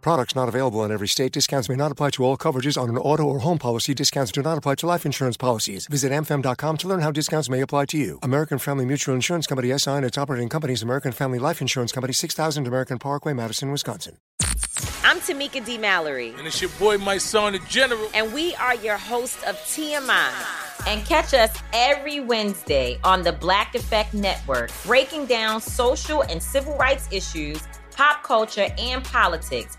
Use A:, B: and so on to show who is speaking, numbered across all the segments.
A: Products not available in every state. Discounts may not apply to all coverages on an auto or home policy. Discounts do not apply to life insurance policies. Visit mfm.com to learn how discounts may apply to you. American Family Mutual Insurance Company SI and its operating companies American Family Life Insurance Company 6000 American Parkway, Madison, Wisconsin.
B: I'm Tamika D. Mallory,
C: And it's your boy, my son, the general.
B: and we are your hosts of TMI. And catch us every Wednesday on the Black Effect Network, breaking down social and civil rights issues, pop culture, and politics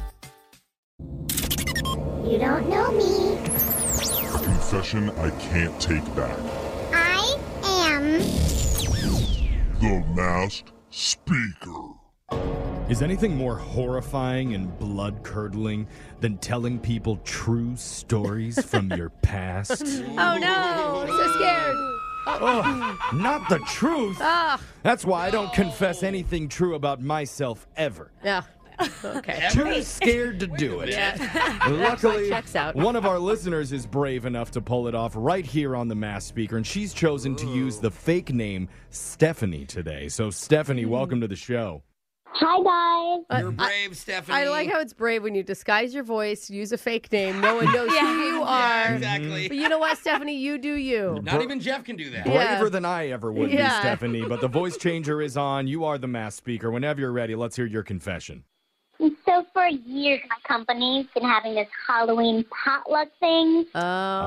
D: You don't know me.
E: Confession I can't take back.
D: I am.
E: The Masked Speaker.
F: Is anything more horrifying and blood curdling than telling people true stories from your past?
G: Oh no, I'm so scared. Ah.
F: Ugh, Oh, not the truth. That's why I don't confess anything true about myself ever.
G: Yeah. Okay.
F: Too scared to do it. Luckily,
G: checks out.
F: one of our listeners is brave enough to pull it off right here on the mass speaker, and she's chosen to use the fake name Stephanie today. So, Stephanie,
H: Mm-hmm.
F: welcome to the show.
D: Hi, guys.
G: You're brave, Stephanie. Uh, I like how it's brave when you disguise your voice, use a fake name, no one knows who you are. exactly. But you know what, Stephanie? You do you.
F: Not
H: Even Jeff can do that.
G: Yeah.
F: braver than I ever would be,
G: Yeah.
F: Stephanie. But the voice changer is on. You are the mass speaker. Whenever you're ready, let's hear your confession.
D: So for years, my company's been having this Halloween potluck thing.
G: Oh,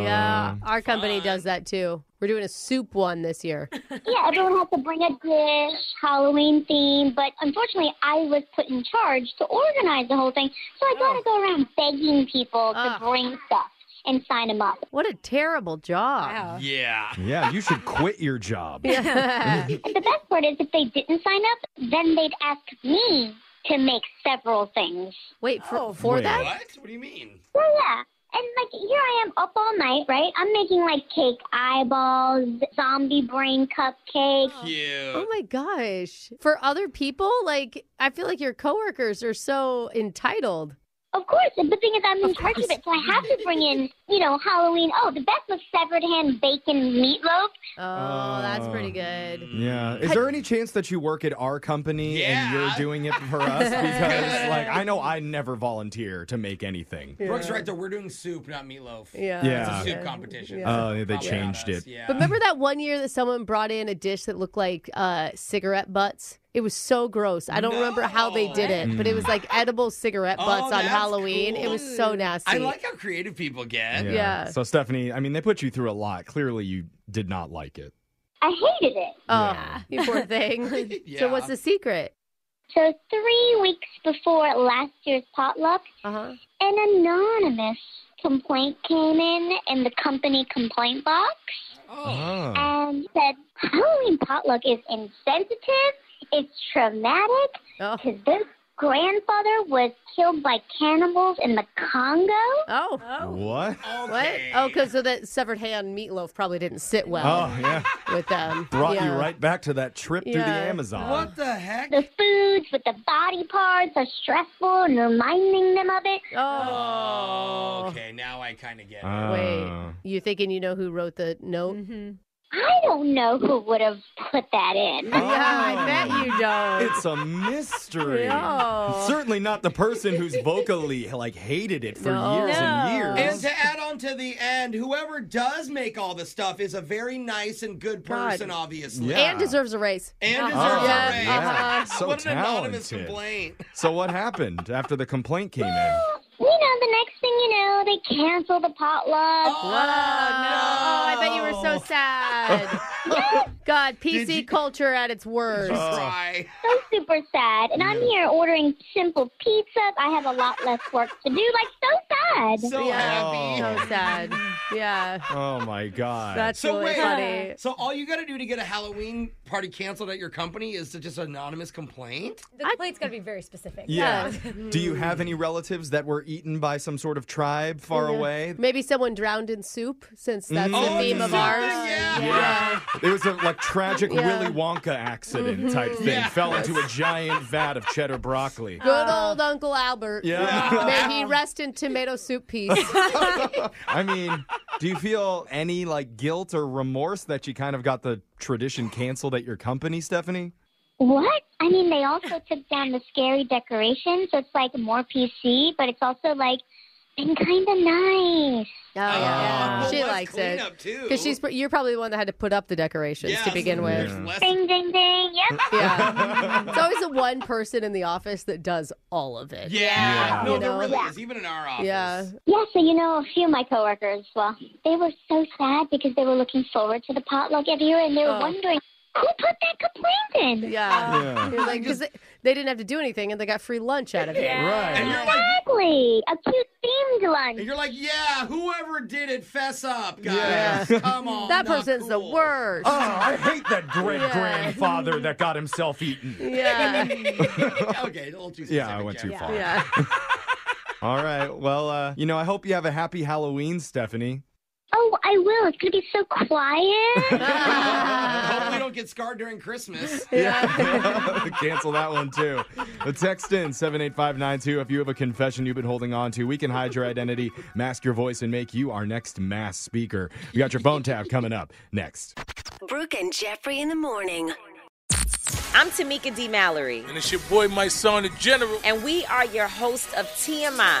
G: yeah. Our
D: Uh.
G: company does that too. We're doing a soup one this year.
D: Yeah, everyone has to bring a dish, Halloween theme. But unfortunately, I was put in charge to organize the whole thing. So I
G: Oh.
D: gotta go around begging people
G: Ah.
D: to bring stuff and sign them up.
G: What a terrible job.
H: Yeah.
F: Yeah, you should quit your job. Uh,
D: And the best part is, if they didn't sign up, then they'd ask me to make several things.
G: Wait, for, for
F: Wait.
G: that?
H: What? What do you mean?
D: Yeah, yeah. And like here I am up all night, right? I'm making like cake eyeballs, zombie brain cupcake.
H: Cute.
G: Oh my gosh. For other people, like, I feel like your coworkers are so entitled.
D: Of course, and the thing is I'm in charge of it, so I have to bring in, you know, Halloween. Oh, the best was severed hand bacon meatloaf.
G: Oh, that's pretty good.
F: Yeah. Is there any chance that you work at our company
H: Yeah.
F: and you're doing it for us? Because, like, I know I never volunteer to make anything.
H: Brooke's right though. We're doing soup, not meatloaf.
G: Yeah.
F: Yeah.
H: Soup competition.
G: Yeah.
F: Oh, they
H: Probably
F: changed it.
H: not us. Yeah.
G: But remember that one year that someone brought in a dish that looked like uh, cigarette butts? It was so gross. I don't remember how they did it, but it was like edible cigarette
H: Oh,
G: butts on
H: that's
G: Halloween. It was so nasty.
H: I like how creative people get.
G: Yeah.
F: So, Stephanie, I mean, they put you through a lot. Clearly, you did not like it.
D: I hated it.
G: Oh, you poor thing. So
H: Yeah.
G: what's the secret?
D: So three weeks before last year's potluck,
G: Uh-huh.
D: an anonymous complaint came in in the company complaint box
F: Oh.
D: and said Halloween potluck is insensitive, it's traumatic,
G: Oh.
D: because this grandfather was killed by cannibals in the Congo.
G: Oh.
F: What?
G: What? Oh, because so that severed hand meatloaf probably didn't sit well
F: Oh, yeah.
G: with them.
F: Brought you
G: Yeah.
F: right back to that trip through the
G: Yeah.
F: Amazon.
D: the heck? The foods with the body parts are stressful and reminding them of it.
G: Oh.
H: Okay, now I kind of get it.
F: Uh, Ah.
G: Wait, you thinking you know who wrote the note?
D: I don't know who would have put that in.
G: Yeah, I bet you don't.
F: Oh. It's a mystery.
G: No.
F: Certainly not the person who's vocally like hated it for years and years.
H: And to add on to the end, whoever does make all the stuff is a very nice and good
G: God.
H: person, obviously.
G: And deserves a raise. Uh-huh.
H: And
F: Oh,
H: deserves
F: yeah.
H: a raise.
F: So
H: what an anonymous
F: talented.
H: complaint.
F: So what happened after the complaint came in?
D: You know, the next thing you know, they cancel the potluck.
G: Oh, I bet you were so sad. God, PC culture at its worst.
F: Oh.
D: So super sad. And I'm here ordering simple pizza. I have a lot less work to do. Like, so sad.
G: yeah, So sad. Yeah.
F: Oh my god.
G: That's really funny.
H: So all you got to do to get a Halloween party canceled at your company is to just anonymous complaint.
I: The complaint's got to be very specific.
F: Yeah. Do you have any relatives that were eaten by some sort of tribe far
G: Yeah.
F: away?
G: Maybe someone drowned in soup, since that's
F: Mm.
G: the theme of
F: Oh,
G: ours.
F: yeah. It was a like tragic
G: Yeah.
F: Willy Wonka accident
G: Mhm.
F: type thing.
G: Yeah.
F: Fell into a giant vat of cheddar broccoli.
G: Good old Uncle Albert.
F: Yeah.
G: May he rest in tomato soup peace.
F: I mean, do you feel any like guilt or remorse that you kind of got the tradition canceled at your company, Stephanie?
D: What? I mean, they also took down the scary decorations. So it's like more PC, but it's also like been kind of nice.
G: Oh, yeah.
D: Oh.
G: she
D: Well, less
G: likes it.
D: cleanup, too.
G: Because she's pr- you're probably the one that had to put up the decorations to begin with.
D: Ding, ding, ding. Yep.
G: Yeah. it's always the one person in the office that does all of it.
H: Yeah. No,
G: You
H: there
G: know?
H: really is, even in our office.
G: Yeah.
D: Yeah, so you know, a few of my coworkers, well, they were so sad because they were looking forward to the potluck every year and they were
G: Oh.
D: wondering who put that complaint in.
G: Yeah.
D: Yeah.
G: You're like, 'cause they, they didn't have to do anything and they got free lunch out of it.
H: Yeah. Right. And you're
D: Exactly. A cute themed lunch.
H: And you're like, yeah, whoever did it, fess up, guys.
F: Yeah.
H: Come on.
G: that person's the worst.
F: Oh, I hate that great
G: Yeah.
F: grandfather that got himself eaten.
G: Yeah.
H: okay, a little too specific.
F: Yeah, I went too
H: Jeff.
F: far.
G: Yeah.
F: All right. Well, uh, you know, I hope you have a happy Halloween, Stephanie.
D: Oh, I will. It's going to be so quiet.
H: Hopefully, don't get scarred during Christmas.
F: Yeah. Cancel that one too. The text in 78592 if you have a confession you've been holding on to. We can hide your identity, mask your voice, and make you our next mass speaker. We got your phone tap coming up next.
B: Brooke and Jeffrey in the morning. I'm Tamika D. Mallory.
C: And it's your boy, my son, the general.
B: And we are your host of TMI.